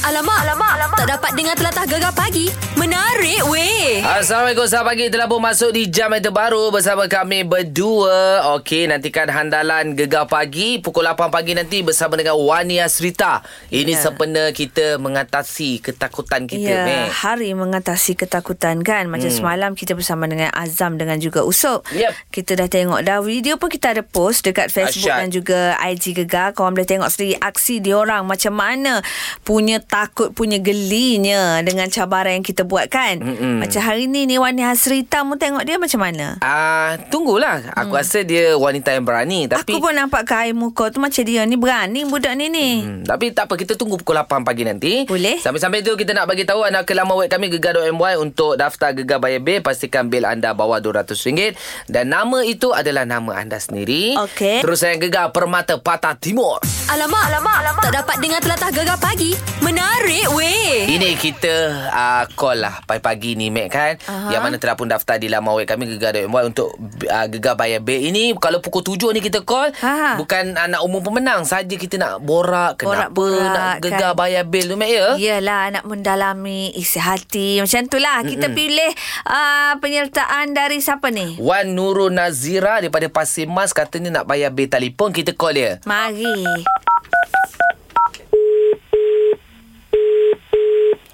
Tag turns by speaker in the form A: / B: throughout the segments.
A: Alamak, alamak, alamak. Tak dapat dengar telatah gegar pagi. Menarik weh.
B: Assalamualaikum Selamat pagi Telah pun masuk di jam yang terbaru Bersama kami berdua Okey nantikan handalan Gegar Pagi Pukul 8 pagi nanti Bersama dengan Wani Asrita Ini
C: Ya.
B: sempena kita Mengatasi ketakutan kita
C: ya,
B: Meh.
C: hari mengatasi ketakutan kan. Macam hmm. semalam kita bersama dengan Azam dengan juga Usop.
B: Yep.
C: Kita dah tengok dah video pun kita ada post dekat Facebook
B: Asyad.
C: dan juga IG Gegar. Korang boleh tengok sendiri aksi diorang macam mana punya takut, punya gelinya dengan cabaran yang kita buat kan. Mm-mm. Macam hari ni ni Wani Hasrita mu tengok dia macam mana?
B: Ah, tunggulah. Aku rasa dia wanita yang berani tapi
C: Hmm. Aku pun nampak ke air muka tu macam dia ni berani budak ni ni. Mm.
B: Hmm, tapi tak apa kita tunggu pukul 8 pagi nanti.
C: Boleh.
B: Sampai-sampai tu kita nak bagi tahu anda ke laman web kami gegar.my untuk daftar gegar bayar bil pastikan bil anda bawah RM200 dan nama itu adalah nama anda sendiri.
C: Okey.
B: Terus saya gegar Permata Patah Timur.
A: Alamak, alamak, alamak. Tak dapat dengar telatah gegar pagi. Menarik
C: Eh.
A: weh.
B: Ini kita uh, call lah pagi-pagi ni Mac kan
C: Aha.
B: Yang mana telah pun daftar di laman web kami Gegar.my untuk uh, Gegar Bayar Bil Ini kalau pukul 7 ni kita call
C: Ha.
B: Bukan uh, nak umum pemenang saja kita nak borak Kenapa
C: Borak-borak,
B: nak Gegar
C: kan.
B: Bayar Bil tu Mac ya
C: Yelah nak mendalami isi hati Macam tu lah Kita Mm-mm. pilih uh, penyertaan dari siapa ni?
B: Wan Nurul Nazira daripada Pasir Mas katanya nak bayar bil telefon kita call dia.
C: Mari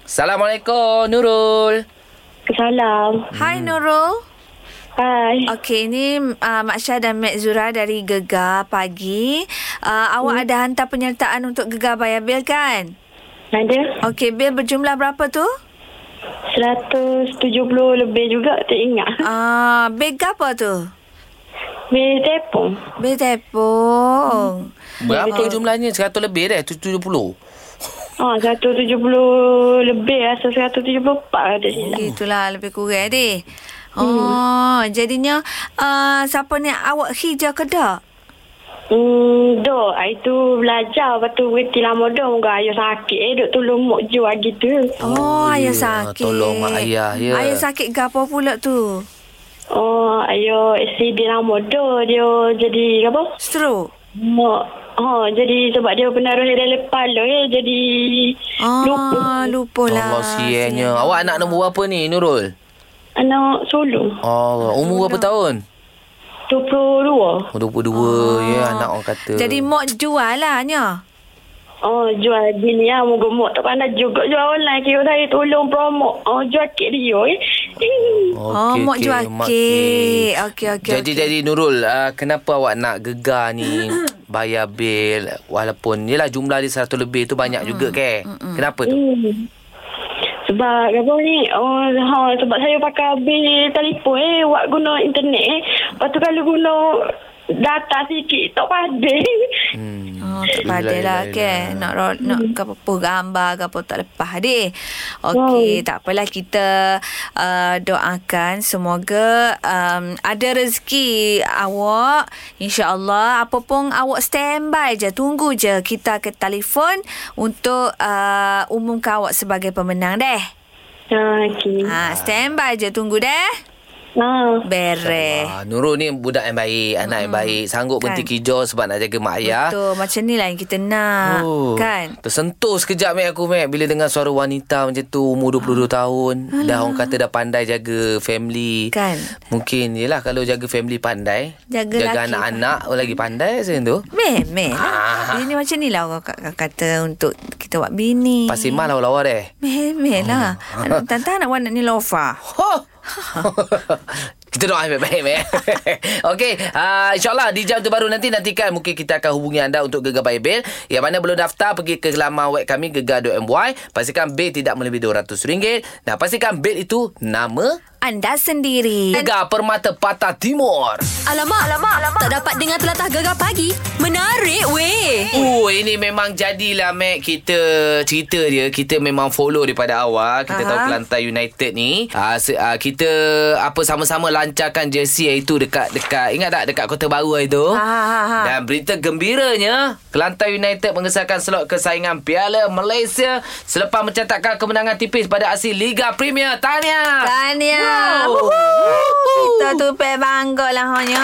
B: Assalamualaikum Nurul.
D: Salam.
A: Mm.
C: Hai Nurul
D: Hai.
C: Okey ni uh, Mak Syah dan Mek Zura dari Gegar pagi uh,
A: Mm.
C: Awak ada hantar penyertaan untuk Gegar Bayar Bil kan?
D: Ada
C: Okey bil berjumlah berapa tu?
D: 170 lebih juga tak ingat.
C: Uh, bil apa tu?
D: Bil tepung.
C: Bil tepung
B: Berapa jumlahnya? 100 lebih dah, 70.
D: Ah, 170 lebih rasa 174 ada silap.
B: Hmm.
C: Itulah lebih kurang deh Oh, jadinya uh, siapa ni awak hijau ke tak?
D: Hmm, do, hari tu belajar lepas tu berhenti lama do muka ayah sakit eh duk tolong mak jual gitu.
C: Oh,
B: Oh,
C: ayah
B: ya.
C: sakit.
B: Tolong mak ayah, ya.
C: Ayah sakit gapo pula tu?
D: Oh, ayah accident lama do dia jadi apa?
C: Stroke.
D: Mak Oh, jadi sebab dia penaruh dalam kepala eh jadi
C: Ah,
D: lupa.
C: lupa lah.
B: Allah sianya. Awak anak nombor berapa ni Nurul?
D: Anak sulung
B: Allah, umur berapa tahun?
D: 22.
B: Oh, 22 ya anak orang kata.
C: Ah. Jadi mak jual lah Nya.
D: Oh, jual gini lah. Moga mak tak pandai juga jual online. Kira saya tolong promo. Oh, jual kek dia eh.
C: Oh,
B: Okey,
C: mak
B: okey,
C: jual
B: mak
C: kek. Okey, okey,
B: Jadi,
C: okey.
B: jadi Nurul, uh, kenapa awak nak gegar ni bayar bil walaupun yelah jumlah dia 100 lebih tu banyak juga ke? Kenapa tu?
C: Mm.
D: Hmm. Sebab apa ni? Oh, ha, sebab saya pakai bil telefon eh. Awak guna internet eh. Lepas tu kalau guna data sikit tak padai.
B: Hmm.
C: Oh,
B: tak
C: tak pandai
B: boleh
C: lah
B: lain-lain
C: kan. Nak ro- nak apa gambar ke apa tak lepas deh. Okey, tak apalah kita uh, doakan semoga um, ada rezeki awak. InsyaAllah apa pun awak standby je. Tunggu je kita ke telefon untuk uh, umumkan awak sebagai pemenang deh.
D: Ha, okey.
C: Ha, standby je tunggu deh.
D: Ha.
C: Beres.
B: Ah, Nurul ni budak yang baik, anak yang baik. Sanggup
C: Kan.
B: berhenti kijau sebab nak jaga mak ayah. Oh.
C: Betul, macam ni lah yang kita nak. Kan?
B: Tersentuh sekejap Mek aku Mek Bila dengar suara wanita macam tu
C: Ah.
B: Umur 22 tahun Dah orang kata dah pandai jaga family
C: Kan.
B: Mungkin yelah kalau jaga family pandai
C: Jaga
B: jaga
C: laki
B: anak-anak oh, lagi pandai macam tu
C: Meh, meh. Lah.
B: Ah.
C: Bini macam ni lah orang k- kata untuk kita buat bini.
B: Pasti mal lawa-lawa deh
C: Meh, meh lah.
B: Oh.
C: Anak tantang anak warna ni lofa.
B: Ho! Kita doa baik-baik Mek Okey uh, InsyaAllah di jam terbaru nanti Nantikan mungkin kita akan hubungi anda Untuk Gegar by Bill Yang mana belum daftar Pergi ke laman web kami Gegar.my Pastikan bil tidak melebihi RM200 Dan pastikan bil itu Nama
C: Anda sendiri.
B: Gegar Permata Patah Timur.
A: Alamak, alamak, alamak. Tak dapat dengar telatah gegar pagi. Menarik weh.
B: Oh, ini memang jadilah Mac kita cerita dia. Kita memang follow daripada awal. Kita
C: Aha.
B: tahu Kelantan United ni. Uh, se- uh, kita apa sama-sama lancarkan jersey itu dekat dekat ingat tak dekat Kota Baru hari tu.
C: Ha, ha, ha.
B: Dan berita gembiranya, Kelantan United mengesahkan slot kesaingan Piala Malaysia selepas mencatatkan kemenangan tipis pada asli Liga Premier. Tahniah.
C: Tahniah.
B: Wow.
C: Kita tu pe bangga lah hanya.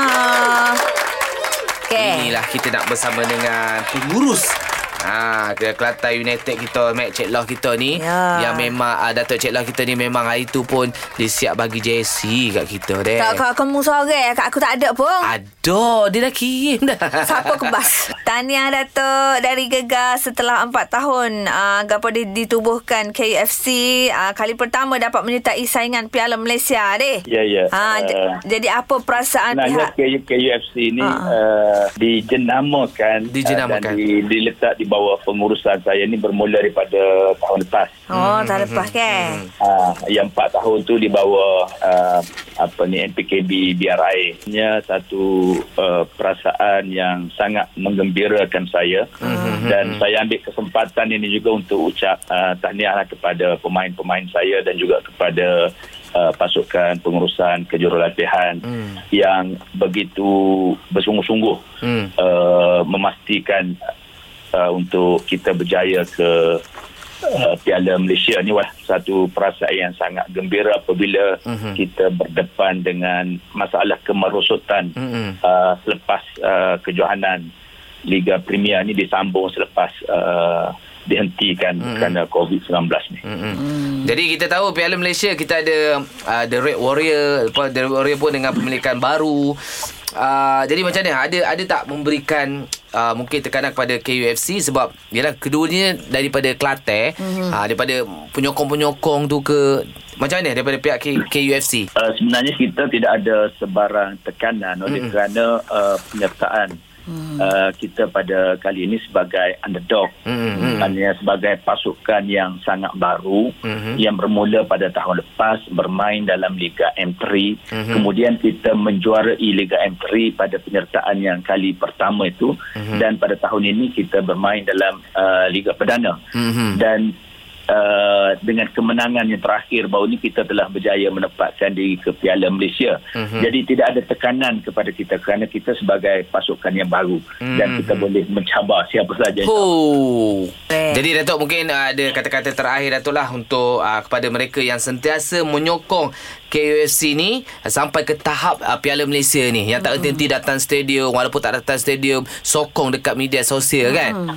C: Okay.
B: Inilah kita nak bersama dengan pengurus Ha, ke Kelantan United kita, Mek Cik Loh kita ni.
C: Ya.
B: Yang memang, uh, Dato' Cik Loh kita ni memang hari tu pun dia siap bagi jersey kat kita deh.
C: Tak kau kamu sorang kat aku tak ada
B: Ah,
C: pun.
B: Aduh, dia dah kirim dah.
C: Siapa kebas Tahniah Datuk Dari Gegar Setelah 4 tahun uh, Gapo di, ditubuhkan KFC uh, Kali pertama dapat menyertai Saingan Piala Malaysia deh
E: Ya, ya.
C: ha,
E: Eh,
C: uh, Jadi apa perasaan
E: Sebenarnya
C: pihak
E: K- KUFC ni
C: Ha.
E: uh, dijenamakan,
B: Dijenamakan.
E: uh, dan di, diletak di bawah pengurusan saya ni bermula daripada tahun lepas.
C: Oh tak lepas ke
E: Uh, yang empat tahun tu di bawah uh, apa ni NPKB BRI nya satu uh, perasaan yang sangat menggembirakan saya dan saya ambil kesempatan ini juga untuk ucap uh, tahniahlah kepada pemain-pemain saya dan juga kepada uh, pasukan pengurusan kejurulatihan yang begitu bersungguh-sungguh
B: Hmm.
E: uh, memastikan uh, untuk kita berjaya ke uh, Piala Malaysia ni wah, satu perasaan yang sangat gembira apabila kita berdepan dengan masalah kemerosotan
B: Mhm.
E: uh, selepas uh, kejohanan Liga Premier ni disambung selepas uh, dihentikan kerana COVID-19 ni.
B: Mm-mm. Hmm. Jadi kita tahu Piala Malaysia kita ada uh, The Red Warrior, lepas The Red Warrior pun dengan pemilikan baru. Uh, jadi macam ni ada ada tak memberikan uh, mungkin tekanan kepada KUFC sebab ialah keduanya daripada Kelantan, mm-hmm. uh, daripada penyokong-penyokong tu ke macam mana daripada pihak K- KUFC?
E: Uh, sebenarnya kita tidak ada sebarang tekanan oleh mm. kerana uh, penyertaan mm. uh, kita pada kali ini sebagai underdog
B: Mm, mm.
E: maknanya sebagai pasukan yang sangat baru
B: Mhm.
E: yang bermula pada tahun lepas bermain dalam Liga M3 kemudian kita menjuarai Liga M3 pada penyertaan yang kali pertama itu dan pada tahun ini kita bermain dalam uh, Liga Perdana
B: Mhm.
E: dan uh, dengan kemenangan yang terakhir baru ni kita telah berjaya menempatkan diri ke Piala Malaysia. Mm-hmm. Jadi tidak ada tekanan kepada kita kerana kita sebagai pasukan yang baru mm-hmm. dan kita boleh mencabar siapa saja.
B: Oh.
C: Eh.
B: Jadi Datuk mungkin uh, ada kata-kata terakhir Datuk lah untuk uh, kepada mereka yang sentiasa menyokong KUFC ni uh, sampai ke tahap uh, Piala Malaysia ni yang tak henti-henti datang stadium walaupun tak datang stadium sokong dekat media sosial kan.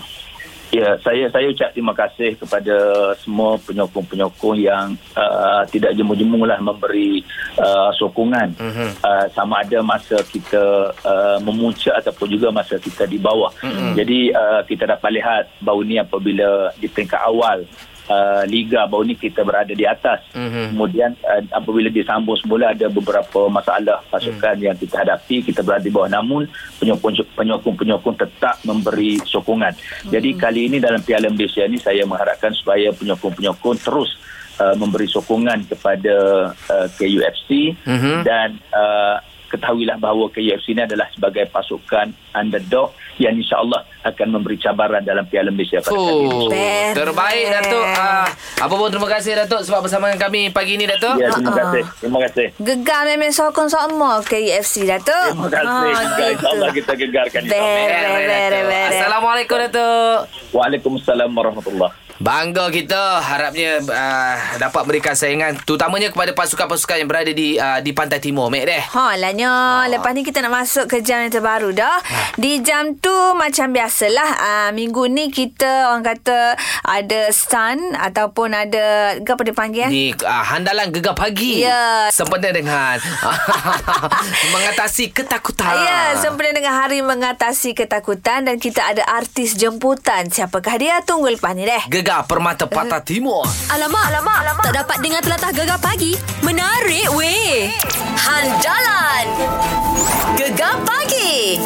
E: Ya, saya saya ucap terima kasih kepada semua penyokong-penyokong yang uh, tidak jemu-jemu lah memberi uh, sokongan mm-hmm. uh, sama ada masa kita uh, memuncak ataupun juga masa kita di bawah. Mm-hmm. Jadi uh, kita dapat lihat baru ni apabila di peringkat awal uh, liga baru ni kita berada di atas. Mm-hmm. Kemudian uh, apabila disambung semula ada beberapa masalah pasukan mm. yang kita hadapi, kita berada di bawah namun penyokong- penyokong-penyokong tetap memberi sokongan. Mm. Jadi kali ini dalam Piala Malaysia ni saya mengharapkan supaya penyokong-penyokong terus uh, memberi sokongan kepada uh, KUFC mm-hmm. dan uh, ketahuilah bahawa KUFC ini adalah sebagai pasukan underdog yang insyaAllah akan memberi cabaran dalam Piala Malaysia pada kali ini.
B: Oh,
C: Beres.
B: terbaik Datuk. Uh, apa pun terima kasih Datuk sebab bersama dengan kami pagi ni Datuk.
E: Ya, terima kasih. Terima kasih.
C: Gegar memang sokong semua KFC Datuk
E: Terima kasih.
C: Ah,
E: InsyaAllah
C: gitu.
E: kita gegarkan. itu.
C: Beres. beres,
B: Datuk.
C: beres.
B: Assalamualaikum Datuk.
E: Waalaikumsalam warahmatullahi
B: Bangga kita harapnya uh, dapat berikan saingan terutamanya kepada pasukan-pasukan yang berada di uh, di pantai timur Mek deh.
C: Ha lanya ha. Lepas ni kita nak masuk ke jam yang terbaru dah Di jam tu macam biasalah uh, Minggu ni kita orang kata Ada stun Ataupun ada Ke apa dia panggil eh?
B: Ni uh, handalan gegar pagi.
C: Ya.
B: Sempena dengan mengatasi ketakutan.
C: Ya, sempena dengan hari mengatasi ketakutan dan kita ada artis jemputan. Siapakah dia? Tunggu lepas ni deh.
B: Gegar Permata Patah Timur.
A: Alamak, alamak, alamak. Tak dapat dengar telatah gegar pagi. Menarik, weh. Hal jalan. Gegar pagi.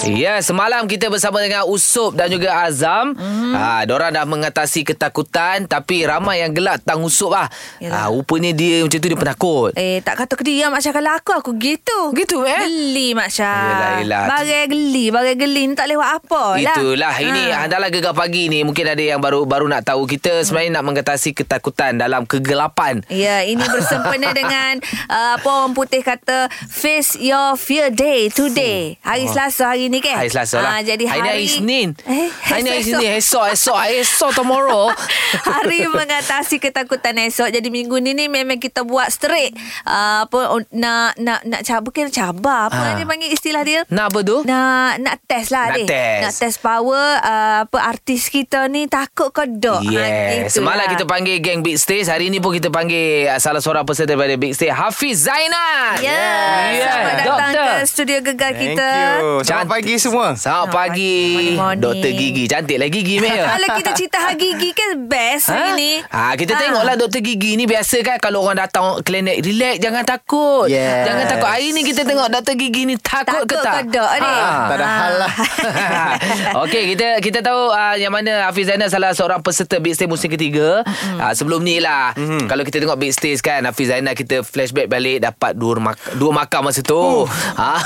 B: Ya, semalam kita bersama dengan Usop dan juga Azam.
C: Mhm.
B: Mm. Ha, diorang dah mengatasi ketakutan tapi ramai yang gelak tang Usop lah.
C: Yalah.
B: Ha, rupanya dia macam tu dia penakut.
C: Eh, tak kata ke dia, Mak Syah. Kalau aku, aku gitu. Gitu, eh? Geli, Mak Syah.
B: Yelah, yelah.
C: Bagai geli, bagai geli. Ni tak boleh buat apa lah.
B: Itulah ini ya.
C: Ha.
B: handalan gegar pagi ni mungkin ada yang baru baru nak tahu
C: Hmm.
B: kita sebenarnya
C: Eh.
B: nak mengatasi ketakutan dalam kegelapan.
C: Ya, ini bersempena dengan uh, apa orang putih boleh kata face your fear day today. Hari Selasa hari ni kan?
B: Oh. Hari Selasa lah.
C: Ah, jadi hari,
B: Hari ni hari Isnin.
C: Eh,
B: Hari ni hari
C: esok.
B: Isnin. Esok, esok, esok tomorrow.
C: Hari mengatasi ketakutan esok. Jadi minggu ni ni memang kita buat straight. Uh, apa oh, nak nak nak cabar bukan cabar apa
B: Ah.
C: dia panggil istilah dia?
B: Nak apa tu?
C: Nak nak test lah
B: Oh. Nak
C: adik.
B: test.
C: Nak test power uh, apa artis kita ni takut ke dok. Ha, lah.
B: Yeah. Semalam kita panggil geng Big Stage. Hari ni pun kita panggil ah, salah seorang peserta daripada Big Stage, Hafiz Zainal.
C: Ya, yeah. selamat datang
B: Doktor.
C: ke studio gegar
F: Thank
C: kita.
F: you. Selamat
B: Cantik.
F: pagi semua.
B: Selamat
C: Selamat
B: pagi.
C: pagi. Morning, morning.
B: Doktor Gigi. Cantik lah Gigi, Mel.
C: Kalau kita cerita hari gigi kan best ha? hari ni.
B: Ha, kita ha. tengoklah doktor gigi ni biasa kan kalau orang datang klinik relax jangan takut.
F: Yes.
B: Jangan takut. Hari ni kita tengok doktor gigi ni takut,
C: Takut
B: ke tak? Ha.
C: ke tak, Adik?
F: Tak ada hal lah.
C: Oh.
B: Okey, kita kita tahu uh, yang mana Hafiz Zainal salah seorang peserta Big Stage musim ketiga. Mm-hmm. Uh, sebelum ni lah. Mm-hmm. Kalau kita tengok Big Stage kan, Hafiz Zainal kita flashback balik dapat dua mak- dua makam masa tu. Ha.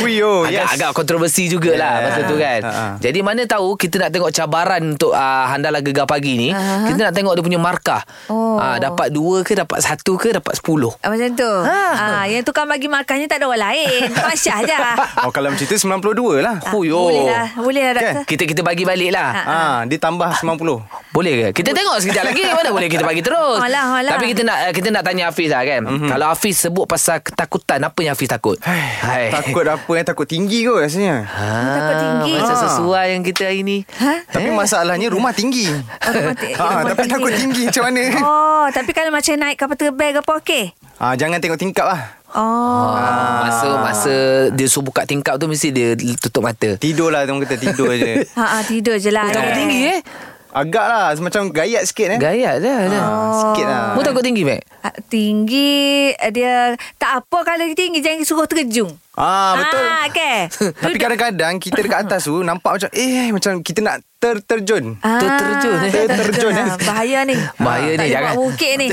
F: Ui, oh,
B: agak,
F: yes.
B: agak kontroversi jugalah yeah.
F: Yeah.
B: masa tu kan.
F: Ha, ha.
B: Jadi mana tahu kita nak tengok cabaran untuk uh, handalah gegar pagi ni.
C: Aha.
B: Kita nak tengok dia punya markah.
C: Ha, Oh.
B: Ah, dapat dua ke dapat satu ke dapat sepuluh.
C: Ah, macam tu. Ha. ha. yang tukang bagi makannya tak ada orang lain. Mak Syah je.
F: Oh kalau macam tu 92 lah.
B: Hui, oh.
C: Boleh lah. Boleh lah doktor.
B: Kita kita bagi balik lah.
C: Ha.
F: Ah, dia tambah 90.
B: Boleh ke? Kita tengok sekejap lagi Mana boleh kita bagi terus
C: Alah, alah.
B: Tapi kita nak kita nak tanya Hafiz lah kan
F: Mhm.
B: mm-hmm. Kalau Hafiz sebut pasal ketakutan Apa yang Hafiz takut? Hai.
F: Takut apa yang takut tinggi kot rasanya.
B: ha,
C: Takut tinggi.
B: Macam
F: Ah.
B: sesuai yang kita hari ni Eh?
C: Ha?
F: Tapi masalahnya rumah tinggi.
C: rumah ti- rumah
F: Ah, tapi
C: tinggi.
F: takut tinggi macam mana?
C: Oh, tapi kalau macam naik kapal terbang ke apa okey?
F: Ah, jangan tengok tingkap lah.
C: Oh.
B: Ah. Masa masa dia suruh buka tingkap tu Mesti dia tutup mata
F: Tidur lah orang kata tidur je.
C: Ha, ha tidur je lah.
B: Takut tinggi eh
F: Agak lah Macam gayat sikit eh
B: Gayat dah, dah.
F: Ah, Sikit lah
B: Mu takut tinggi Mac?
C: Ah, Tinggi eh, dia tak apa kalau tinggi jangan suruh terjung.
F: Ah betul
C: Ah, okay.
F: Tapi kadang-kadang Kita dekat atas tu Nampak macam Eh macam kita nak ter terjun
B: Terterjun,
C: tak-
B: eh.
C: tak-
F: Terterjun, eh.
C: ah, Bahaya ni.
F: Ah.
B: Bahaya
C: tak
B: ni
C: boleh
B: jangan.
C: buat bukit ni.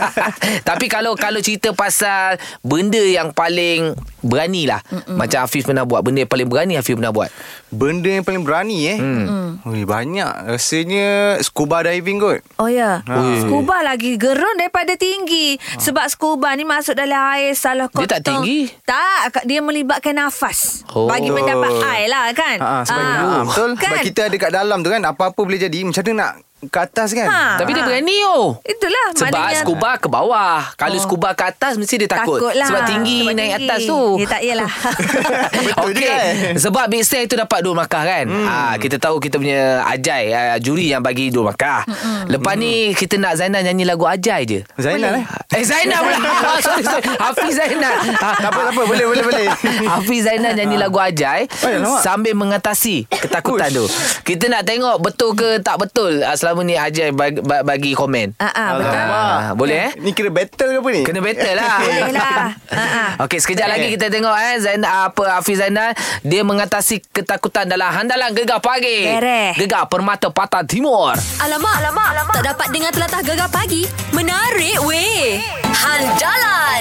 B: Tapi kalau kalau cerita pasal benda yang paling berani lah. Macam Hafiz pernah buat. Benda yang paling berani Hafiz pernah buat.
F: Benda yang paling berani eh hmm. Ui, Banyak Rasanya Scuba diving kot
C: Oh ya
F: Ah. Ui.
C: Scuba lagi gerun daripada tinggi Sebab scuba ni masuk dalam air Salah
B: Ah. Dia
C: kotong
B: tak tinggi?
C: Tak Dia melibatkan nafas
B: Oh.
C: oh. Bagi mendapat air lah kan
F: ha, sebab,
C: Ah.
F: ha, Betul kan? Sebab
C: Kan?
F: kita ada kat dalam tu kan Apa-apa boleh jadi Macam mana nak Ke atas kan
C: Ha.
B: Tapi dia
C: Ah.
B: berani oh.
C: Itulah
B: Sebab
C: maknanya-
B: scuba ke bawah. Kalau oh. scuba ke atas mesti dia takut.
C: Takutlah.
B: Sebab tinggi
C: lah. Sebab
B: naik
C: tinggi.
B: atas tu.
C: Ya, tak yalah.
F: Betul
B: Okey.
F: juga, eh.
B: Sebab Big Star itu dapat dua markah kan. Hmm. Ha, kita tahu kita punya Ajai uh, juri yang bagi dua markah. Hmm. Lepas ni kita nak Zainal nyanyi lagu Ajai je.
F: Zainal eh
B: Eh Zainal pula Ah, Sorry sorry Hafiz Zainal Ah,
F: Tak apa tak apa Boleh boleh boleh
C: Ah,
B: Hafiz Zainal nyanyi lagu Ajai
F: Oh, ya, lawak.
B: Sambil mengatasi Ketakutan tu Kita nak tengok Betul ke tak betul ah, Selama ni Ajai bagi, bagi komen
C: Ah, ah, betul.
B: Ah, Boleh eh
F: Ni kira battle ke apa ni
B: Kena battle lah
C: Boleh lah. Ha, ha.
B: Okey sekejap lagi kita tengok eh Zainal apa Hafiz Zainal dia mengatasi ketakutan dalam handalan gegar pagi.
C: Beres.
B: Gegar Permata Patah Timur.
A: Alamak, alamak, alamak. Tak dapat dengar telatah gegar pagi. Menarik weh. Han Jalan.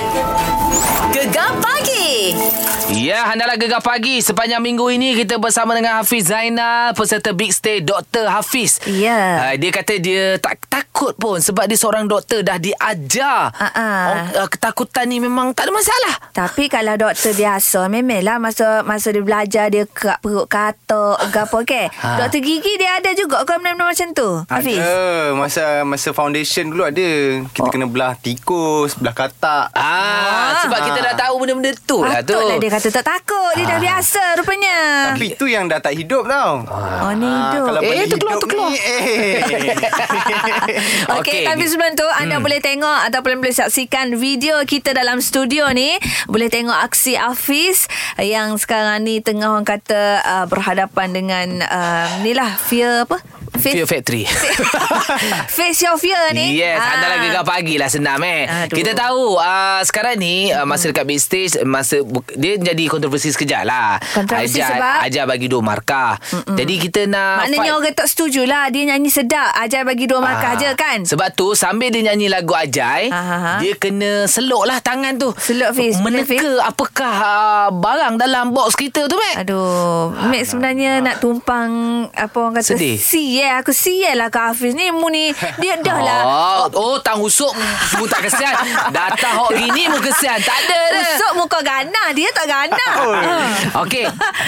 A: Gegar pagi.
B: Ya, handalah gegar pagi. Sepanjang minggu ini kita bersama dengan Hafiz Zainal, peserta Big Stay Dr. Hafiz.
C: Ya.
B: Uh, dia kata dia tak takut pun sebab dia seorang doktor dah diajar.
C: Ah, ah.
B: uh, ketakutan ni memang tak ada masalah.
C: Tapi kalau doktor biasa memanglah lah masa masa dia belajar dia kerak perut katak ke apa ke.
B: Ha.
C: Ha. Doktor gigi dia ada juga ke benda-benda macam tu. Hafiz.
F: Ada Masa masa foundation dulu ada Kita oh. kena belah tikus Belah katak
B: Ah, sebab kita dah tahu benda-benda tu lah tu.
C: Patutlah dia kata tak takut Dia dah biasa rupanya
F: Ah. Tapi tu yang dah tak hidup tau Ah,
C: Oh ni hidup
F: Kalau
B: Eh,
F: benda
B: terkeluar,
F: hidup
B: terkeluar.
F: ni, eh.
B: Okey. Hmm.
C: Okey, okay, tapi sebelum tu anda boleh tengok ataupun boleh saksikan video kita dalam studio ni. Boleh tengok aksi Hafiz yang sekarang ni tengah orang kata uh, berhadapan dengan uh, ni lah fear apa? Face,
B: Fear Factory.
C: face your fear ni.
B: Yes,
C: Ah.
B: anda lagi gegar pagi lah senam eh.
C: Aduh.
B: Kita tahu uh, sekarang ni uh, masa dekat big stage masa bu- dia jadi kontroversi sekejap lah.
C: Kontroversi sebab?
B: ajar bagi dua markah. Mm-mm. Jadi kita nak
C: Maknanya
B: fight-
C: orang tak setuju lah Dia nyanyi sedap Ajar bagi dua markah
B: Ah,
C: je kan
B: Sebab tu sambil dia nyanyi lagu Ajai,
C: Ah, ah, ah.
B: dia kena selok lah tangan tu.
C: Selok, Fiz. Boleh,
B: Meneka
C: Fiz?
B: apakah uh, barang dalam box kita tu, Mek?
C: Aduh, Mac sebenarnya nak tumpang apa orang kata
B: Ah, Sedih.
C: C eh. sial Aku sial lah Kak Hafiz ni Mu ni Dia dah lah
B: Oh, oh tang usuk mu tak kesian. Datang hok gini mu kesian. Tak ada dah.
C: Usuk muka ganah Dia tak ganah Ah.
B: Okey.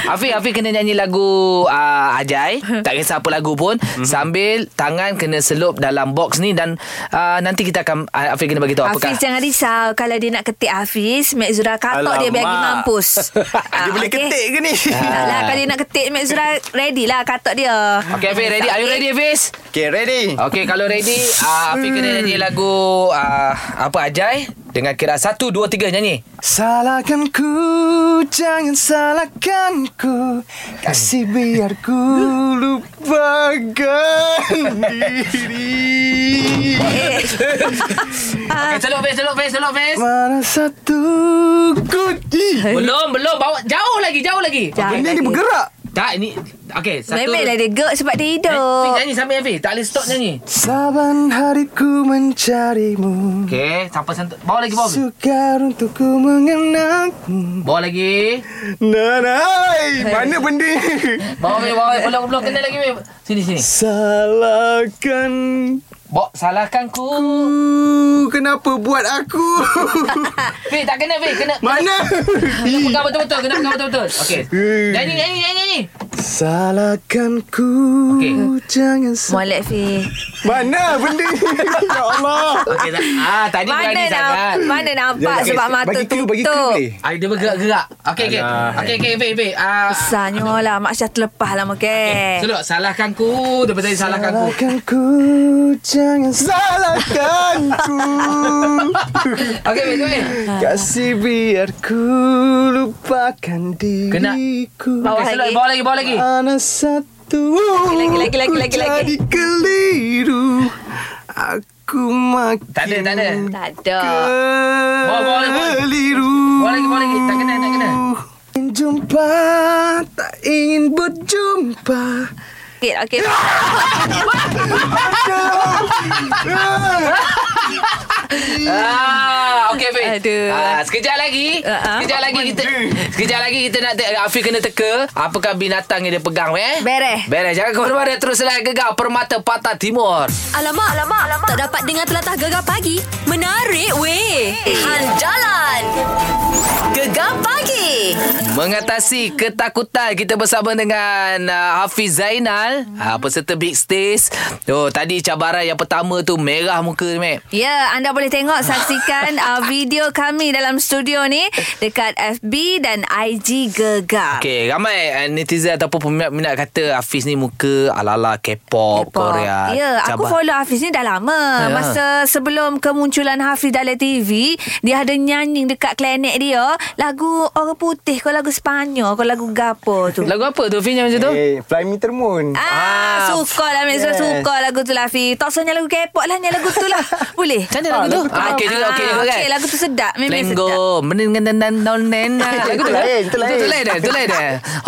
B: Afiq Afiq kena nyanyi lagu uh, Ajai, tak kisah apa lagu pun mm-hmm. sambil tangan kena selup dalam box ni dan uh, nanti kita akan uh, Afiq kena bagi tahu apakah.
C: Hafiz jangan risau Kalau dia nak ketik Hafiz Mek Zura katok dia biar pergi
F: Alamak.
C: mampus Ah,
F: Dia boleh ketik ke ni?
C: Tak lah Kalau dia nak ketik Mek Zura ready lah katok dia
B: Okey Afiq ready? Are you ready Hafiz?
F: Okay, ready?
B: Okey kalau ready uh, Afiq kena nyanyi lagu uh, apa Ajai dengan kira 1 2 3 nyanyi.
F: Salahkan ku, jangan salahkan ku Kasih biar ku lupakan diri
C: Eh,
B: Okey selup Hafiz, selup Hafiz, selup Hafiz.
F: Mana satu ku Ih,
B: Belum, belum bawa jauh lagi, jauh lagi.
C: Jauh.
F: Ini dia bergerak
B: Tak ini okey satu.
C: Memek lah dia gerd sebab dia
B: Afiq
F: Eh,
C: hidup
B: nyanyi sampai Afiq, tak boleh stop nyanyi.
F: Saban hariku mencarimu
B: Okey, sampai sentuh. Bawa lagi, bawa. Afiq.
F: Sukar untuk ku mengenangmu
B: Bawa lagi.
F: Nanai, eh, mana benda ni?
B: Bawa weh, bawa weh. Belum, belum kena lagi weh. Sini, sini.
F: Salahkan
B: Bok, salahkan ku.
F: ku Hmm, Kenapa buat aku
B: Weh, tak kena weh. Kena.
F: Mana
B: Kena pegang betul-betul. Kena pegang betul-betul. Okey. Nyanyi, nyanyi, nyanyi, nyanyi.
F: Salahkan ku
B: Okey.
F: Jangan sa-
C: Molek Fi
F: Mana benda ni Ya Allah
B: Okey, tak. Ah, tadi
C: Mana
B: berani
C: nak
B: sangat.
C: Mana nampak
F: Jangan-
C: Sebab mata
F: Ya, bagi clue,
C: tutup
F: Bagi clue boleh
B: Ah, dia bergerak-gerak. Okey, okey.
F: Alah.
B: Okey, okey, weh, weh. Ah,
C: Besarnya lah Mak Syah terlepas lah Mekek
B: Selok, salahkan ku. Dia tadi salahkan ku.
F: Salahkan ku Jangan salahkan ku
B: Okey, weh, weh.
F: Kasih biar ku Lupakan
B: Kena.
F: diriku
C: Bawah
B: Okey, selok.
C: lagi.
B: Bawa lagi, bawa lagi.
F: Anak satu
C: lagi, lagi, lagi,
F: ku
C: lagi, lagi.
F: Jadi keliru Aku makin
B: Tak ada, tak ada. Ah.
C: Tak ada
B: Bawa, bawa lagi, bawa.
F: Keliru
B: Bawa lagi, bawa lagi. Tak kena, tak kena.
F: Ingin jumpa Tak ingin berjumpa
C: Okey okey
B: Ah, okey Fik.
C: Aduh.
B: Ah, sekejap lagi.
C: Ah, ah.
B: Sekejap lagi kita sekejap lagi kita nak te- Afiq kena teka apakah binatang yang dia pegang eh?
C: Beres.
B: Beres. Jangan ke mana-mana teruslah gegar Permata Patah Timur.
A: Alamak, alamak, alamak. Tak dapat dengar telatah gegar pagi. Menarik weh. Han Jalan. Gegar pagi.
B: Mengatasi ketakutan kita bersama dengan uh, Hafiz Zainal, uh, peserta Big Stage. Oh, tadi cabaran yang pertama tu merah muka ni, Mek.
C: Ya, anda boleh tengok saksikan uh, video kami dalam studio ni dekat FB dan IG Gegar. Okay.
B: Okay, ramai uh, netizen ataupun peminat-peminat kata Hafiz ni muka ala-ala K-pop, Oh, Korea.
C: Ya, aku
B: Cabar-
C: follow Hafiz ni dah lama. Ya.
B: Ya.
C: Masa sebelum kemunculan Hafiz dalam TV, dia ada nyanyi dekat klinik dia lagu orang putih, kau lagu Sepanyol, kau lagu gapo tu.
B: Lagu apa tu Fin yang macam tu?
F: Eh, fly me termun
B: Ah,
C: Ah, suka lah Mek Zul
F: yes.
C: Suka lagu tu lah Fi Tak usah nyanyi lagu K-pop lah Nyanyi lagu tu lah Boleh
B: Macam mana lagu tu? Ah, okey juga, okey juga kan?
C: Okey lagu tu sedap Memang sedap
B: Flengo Meningan dan dan dan nena Lagu tu
F: Itu
B: kan?
F: lain, itu lain.
B: Itu lain dah Itu lain dah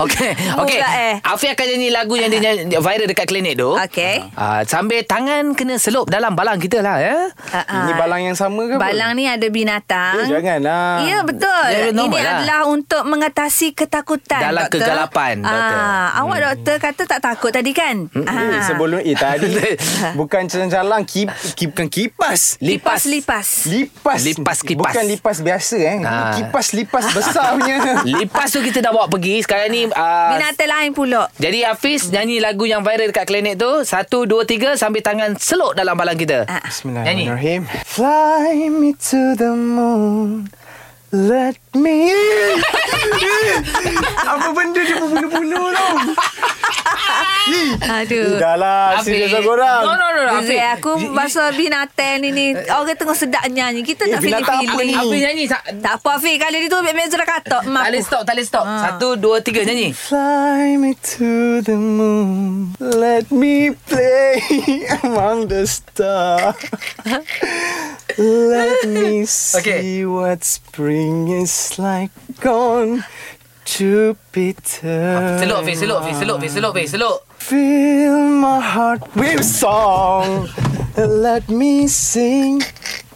B: Okey Okey
C: Murah, eh.
B: Afiq akan nyanyi lagu yang dia nyanyi viral dekat klinik tu
C: Okey.
B: Ah, Sambil tangan kena selup dalam balang kita lah ya
C: Ah,
F: Ini
C: ah.
F: balang yang sama ke apa?
C: Balang ni ada binatang.
F: Eh, janganlah.
C: Ya, betul.
B: Ya,
C: Ini
B: normal lah.
C: adalah untuk mengatasi ketakutan,
B: Dalam
C: doktor.
B: kegelapan, doktor. Hmm.
C: Ah, Awak doktor kata tak takut tadi kan?
F: Eh, sebelum Eh tadi Bukan calang-calang kip, kip, Bukan kipas
C: Lipas, lipas.
F: Lipas
B: Lipas kipas.
F: Bukan lipas biasa eh
B: Ah.
F: Kipas-lipas besar punya
B: Lipas tu kita dah bawa pergi Sekarang ni ah,
C: Binatang lain pula.
B: Jadi Hafiz nyanyi lagu yang viral dekat klinik tu Satu, dua, tiga Sambil tangan selup dalam balang kita
C: Ah.
F: Bismillahirrahmanirrahim. Fly me to the moon. Let me in. Apa benda dia bunuh-bunuh tu?
C: Aduh.
F: Dah lah,
B: Hafiz.
F: serius lah
B: No,
F: korang.
B: no, no, no
C: Zul,
B: Hafiz
C: aku masa binatang ni ni Orang tengah sedap nyanyi Kita
F: Eh,
C: tak
F: binatang apa
C: pilih-pilih
F: ni?
B: Hafiz nyanyi Tak
C: Tak apa Fik Kali ni tu Mek Zura katok
B: tak boleh stop, tak boleh stop Satu, dua, tiga nyanyi
F: Fly me to the moon. Let me play among the stars. Let me see
B: Okay.
F: what spring is like on Jupiter.
B: Selok Fiz, selok Fiz, selok Fiz, selok Fiz, selok
F: Fill my heart with song and let me sing.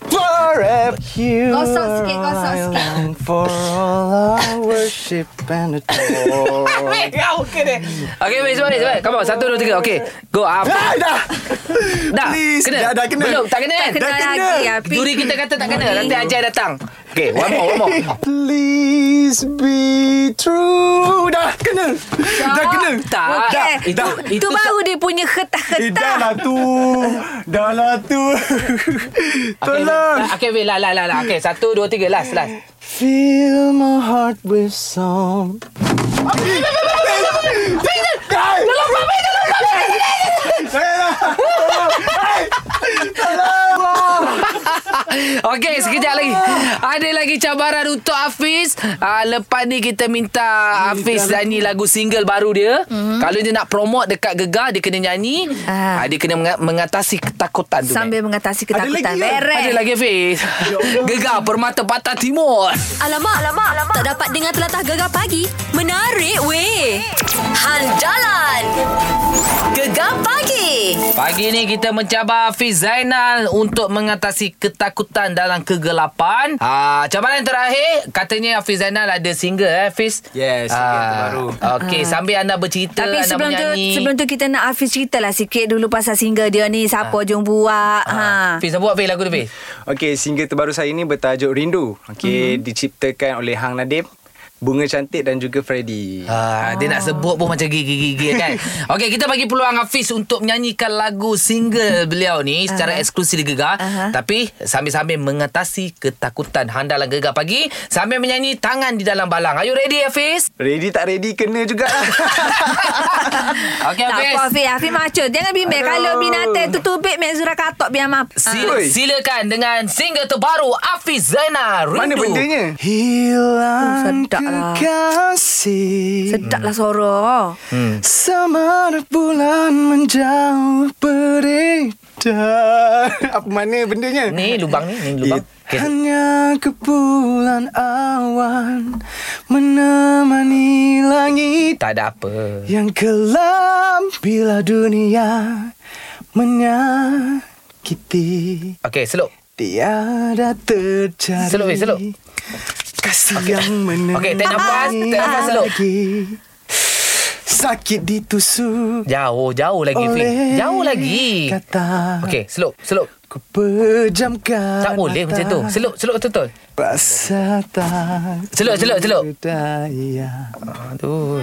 F: Wah! forever. You
C: Gosok sikit, gosok
F: are my
C: sikit.
F: lamb for all our worship and adore.
B: Kau kena Okay wait sebab sebab Come on Satu dua tiga Okay Go up
F: ah, dah.
B: Dah
F: Please,
B: kena.
F: dah, dah kena.
B: Belum tak kena kan
C: Tak kena
F: Dah kena.
C: lagi Api.
B: Juri kita kata tak kena Nanti Ajay datang Okay one more one more
F: Please be true. Dah kena. Dah kena.
B: Tak
C: Okey.
B: Itu,
F: Dah.
C: Itu baru dia punya
F: Eh, dah
C: ketah-ketah.
F: lah tu. Dah lah tu. Tolong.
B: Okay, okay wait lah lah lah lah. Okay satu dua tiga last last
F: Fill my heart with song. Tolong babi, tolong
B: Okey, sekejap lagi. Ada lagi cabaran untuk Hafiz. Uh, lepas ni kita minta Hafiz nyanyi lagu single baru dia. Mm-hmm. Kalau dia nak promote dekat Gegar, dia kena nyanyi.
C: Ah.
B: Uh, dia kena menga- mengatasi ketakutan tu.
C: Sambil mengatasi ketakutan.
F: lagi ke?
B: Mek.
C: Beres.
B: Ada lagi Hafiz. Gegar Permata Patah Timur.
A: Alamak, alamak, alamak. Tak dapat dengar telatah gegar pagi. Menarik weh. Hal jalan. Gegar pagi.
B: Pagi ni kita mencabar Hafiz Zainal untuk mengatasi ketakutan dalam kegelapan. Ah, cabaran terakhir katanya Hafiz Zainal ada single eh Hafiz. Ah,
F: Yes, single terbaru.
B: Okey, sambil anda bercerita
C: Ah. Tapi
B: anda
C: sebelum tu
B: menyanyi.
C: sebelum tu kita nak Hafiz ceritalah sikit dulu pasal single dia ni siapa
B: Ah.
C: jom buat. Ha.
B: Ha. Fiz dah buat Fiz lagu tu Fiz
G: Okey, single terbaru saya ni bertajuk Rindu. Okey, mm-hmm. diciptakan oleh Hang Nadim, Bunga Cantik dan juga Freddy.
B: Ah, dia nak sebut pun macam gigi-gigi kan Okey kita bagi peluang Hafiz Untuk menyanyikan lagu single beliau ni Secara eksklusif di Gegar
C: Aha.
B: Tapi sambil-sambil mengatasi ketakutan Handalan Gegar pagi Sambil menyanyi tangan di dalam balang Are you ready Hafiz?
G: Ready tak ready kena juga.
B: Okey
C: Tak apa
B: Hafiz
C: Hafiz Hafiz macam Jangan bimbang Kalau binatang tu tubik Mek Zura katok biar Ah. map
B: Sila,
G: Oi.
B: silakan dengan single terbaru Hafiz Zainal
G: Mana
B: Rindu
G: bendanya?
F: Hilang
C: Oh, sedap lah.
F: kekasih
C: Sedaplah suara
F: Samar bulan menjauh beredar Apa mana bendanya?
B: Ni lubang ni, ni lubang Okey.
F: Hanya kepulan awan Menemani langit
B: Tak ada apa
F: Yang kelam bila dunia Menyakiti
B: Okey slow
F: Tiada tercari
B: Selok, weh, selok.
F: Kasih yang menemani
B: eh, Okey, tarik nafas, tarik nafas, selok.
F: lagi. Sakit ditusuk
B: Jauh, jauh lagi Fiz
F: Oleh
B: Jauh lagi
F: Kata
B: Okey slow, slow
F: Ku pejamkan
B: Tak boleh macam tu. Seluk, seluk betul-betul.
F: Rasa tak
B: Celup, celup, celup.
F: berdaya.
B: Aduh.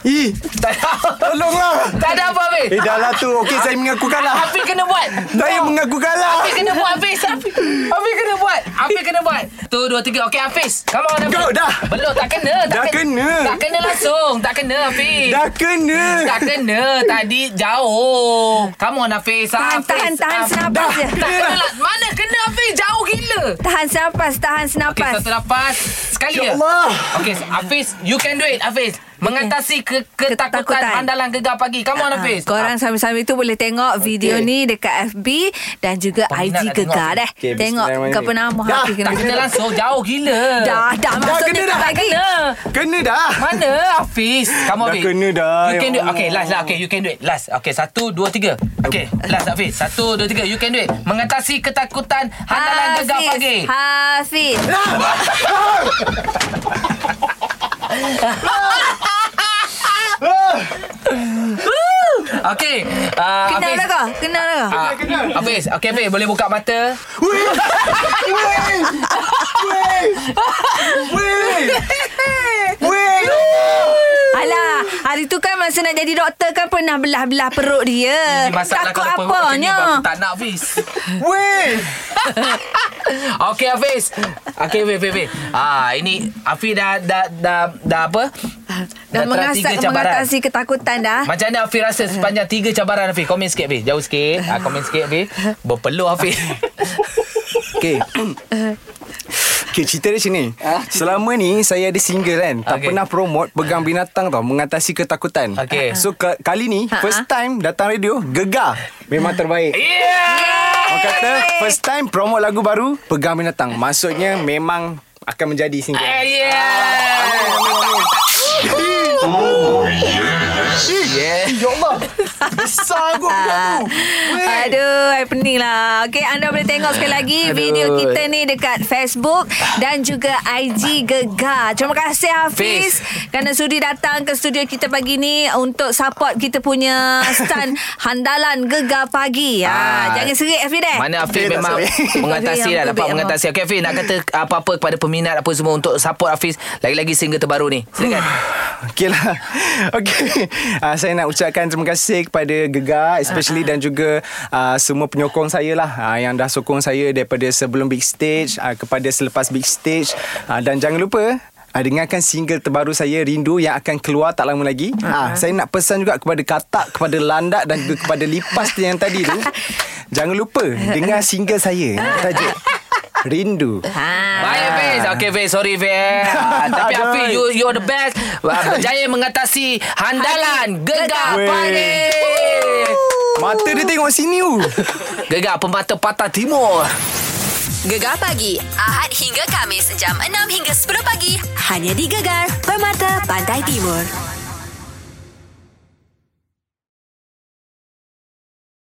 F: Ih
B: Tak ada,
F: Tolonglah
B: tak ada apa, Hafiz.
F: Eh dah lah tu Okey saya lah. mengaku kalah
B: Hafiz kena buat.
F: Saya mengaku kalah
B: Hafiz kena buat, Hafiz. Hafiz, Hafiz kena buat. Hafiz kena buat. Tu, dua, tiga. Okey, Hafiz. Come on, Hafiz.
F: Go, dah.
B: Belum, tak kena. Tak
F: Dah kena.
B: Tak kena langsung. Tak kena, Hafiz.
F: Dah kena
B: Tak kena Tadi jauh Come on Hafiz
C: Tahan,
B: Hafiz,
C: tahan, tahan
B: Hafiz.
C: senapas
B: Dah,
C: dia.
B: Tak kena lah Mana kena Hafiz Jauh gila
C: Tahan senapas Tahan
B: Okey
C: senapas
B: satu nafas Sekali ya
F: Allah
B: Okay, Hafiz, you can do it, Hafiz. Mengatasi ke- ketakutan,
C: Ketakutan.
B: andalan gegar pagi. Come on,
C: Ah,
B: Hafiz.
C: Korang sambil-sambil tu boleh tengok video ni dekat FB dan juga
B: Peminat
C: IG
B: nak
C: Gegar
B: tengok.
C: dah.
G: Okey,
C: eh. tengok
G: bismillahirrahmanirrahim.
C: ke penama
F: Dah,
C: hati kena.
B: tak kena langsung, jauh gila.
C: Dah, dah maksudnya
F: kena
C: tak
F: dah.
C: lagi.
F: Kena dah
B: Mana, Hafiz? Come on,
G: Dah
B: Hafiz.
G: kena dah,
B: You
G: ya
B: can do it.
G: Allah.
B: Okay, last lah. Okay, you can do it. Last. Okay, satu, dua, tiga. Okay, last, Hafiz. Satu, dua, tiga. You can do it. Mengatasi ketakutan andalan gegar pagi.
C: Hafiz, Ha- Hafiz.
B: Okay. Uh,
C: Kena
B: Hafiz.
C: lah kau. Kena lah kau.
B: Ah, Hafiz, okay, Hafiz. Boleh buka mata.
F: Weh Weh Weh Weh Weh
C: Alah, hari tu kan masa nak jadi doktor kan pernah belah-belah perut dia.
B: Ini masalah
C: Eh, Takut
B: kalau perut macam ni,
C: apanya.
B: aku Tak nak, Hafiz.
F: Weh
B: Okey Hafiz. Okey Hafiz, Hafiz, Hafiz. Ah ini Hafiz dah dah dah, dah apa?
C: Dah
B: try
C: mengasah
B: tiga
C: mengatasi ketakutan dah.
B: Macam mana Hafiz rasa sepanjang tiga cabaran Hafiz? Komen sikit Hafiz. Jauh sikit. Ah, komen sikit Hafiz. Berpeluh Hafiz.
G: Okey. Okey, cerita dia sini. Selama ni saya ada single kan. Tak
B: Ah. Okey. Ah.
G: pernah promote pegang binatang tau mengatasi ketakutan.
B: Okey.
G: So ka- kali ni first time datang radio gegar. Memang terbaik.
B: yeah!
G: Orang kata first time promote lagu baru pegang binatang. Maksudnya memang akan
B: Eh, ya.
G: menjadi single.
B: Yeah! Yeah.
H: Ya Allah. Besar kot budak tu.
B: Ah.
H: Weh.
C: Aduh, I pening lah. Okey, anda boleh tengok sekali lagi Aduh.
B: Aduh.
C: video kita ni dekat Facebook dan juga IG Gegar. Terima kasih Hafiz kerana sudi datang ke studio kita pagi ni untuk support kita punya stand handalan Gegar pagi.
B: Ah.
C: Ha, jangan serik Hafiz deh.
B: Mana Afiq
H: Lebih tak
B: memang
H: sorry.
C: Lebih
B: mengatasi dah
C: yang
B: dapat
C: lebih
B: mengatasi. Okey Afiq nak kata apa-apa kepada peminat apa semua untuk support Hafiz lagi-lagi single terbaru ni. Silakan.
F: Okey lah Okey uh, Saya nak ucapkan terima kasih kepada Gegar Especially dan juga uh, Semua penyokong saya lah uh, Yang dah sokong saya Daripada sebelum big stage uh, Kepada selepas big stage uh, Dan jangan lupa Uh, dengarkan single terbaru saya Rindu yang akan keluar tak lama lagi. Uh-huh. saya nak pesan juga kepada Katak, kepada Landak dan juga kepada Lipas yang tadi tu. Jangan lupa dengar single saya. Tajuk Rindu.
C: Ha.
B: Baik Fiz Okay Fiz Sorry Fiz ah, Tapi
F: Aduh.
B: Hafiz you, You're the best Ah, Berjaya mengatasi Handalan Gegar
F: Weh.
B: Pagi
F: Mata dia tengok sini oh. tu.
B: Gegar pemata patah timur
I: Gegar pagi Ahad hingga Kamis jam 6 hingga 10 pagi hanya di Gegar Permata Pantai Timur.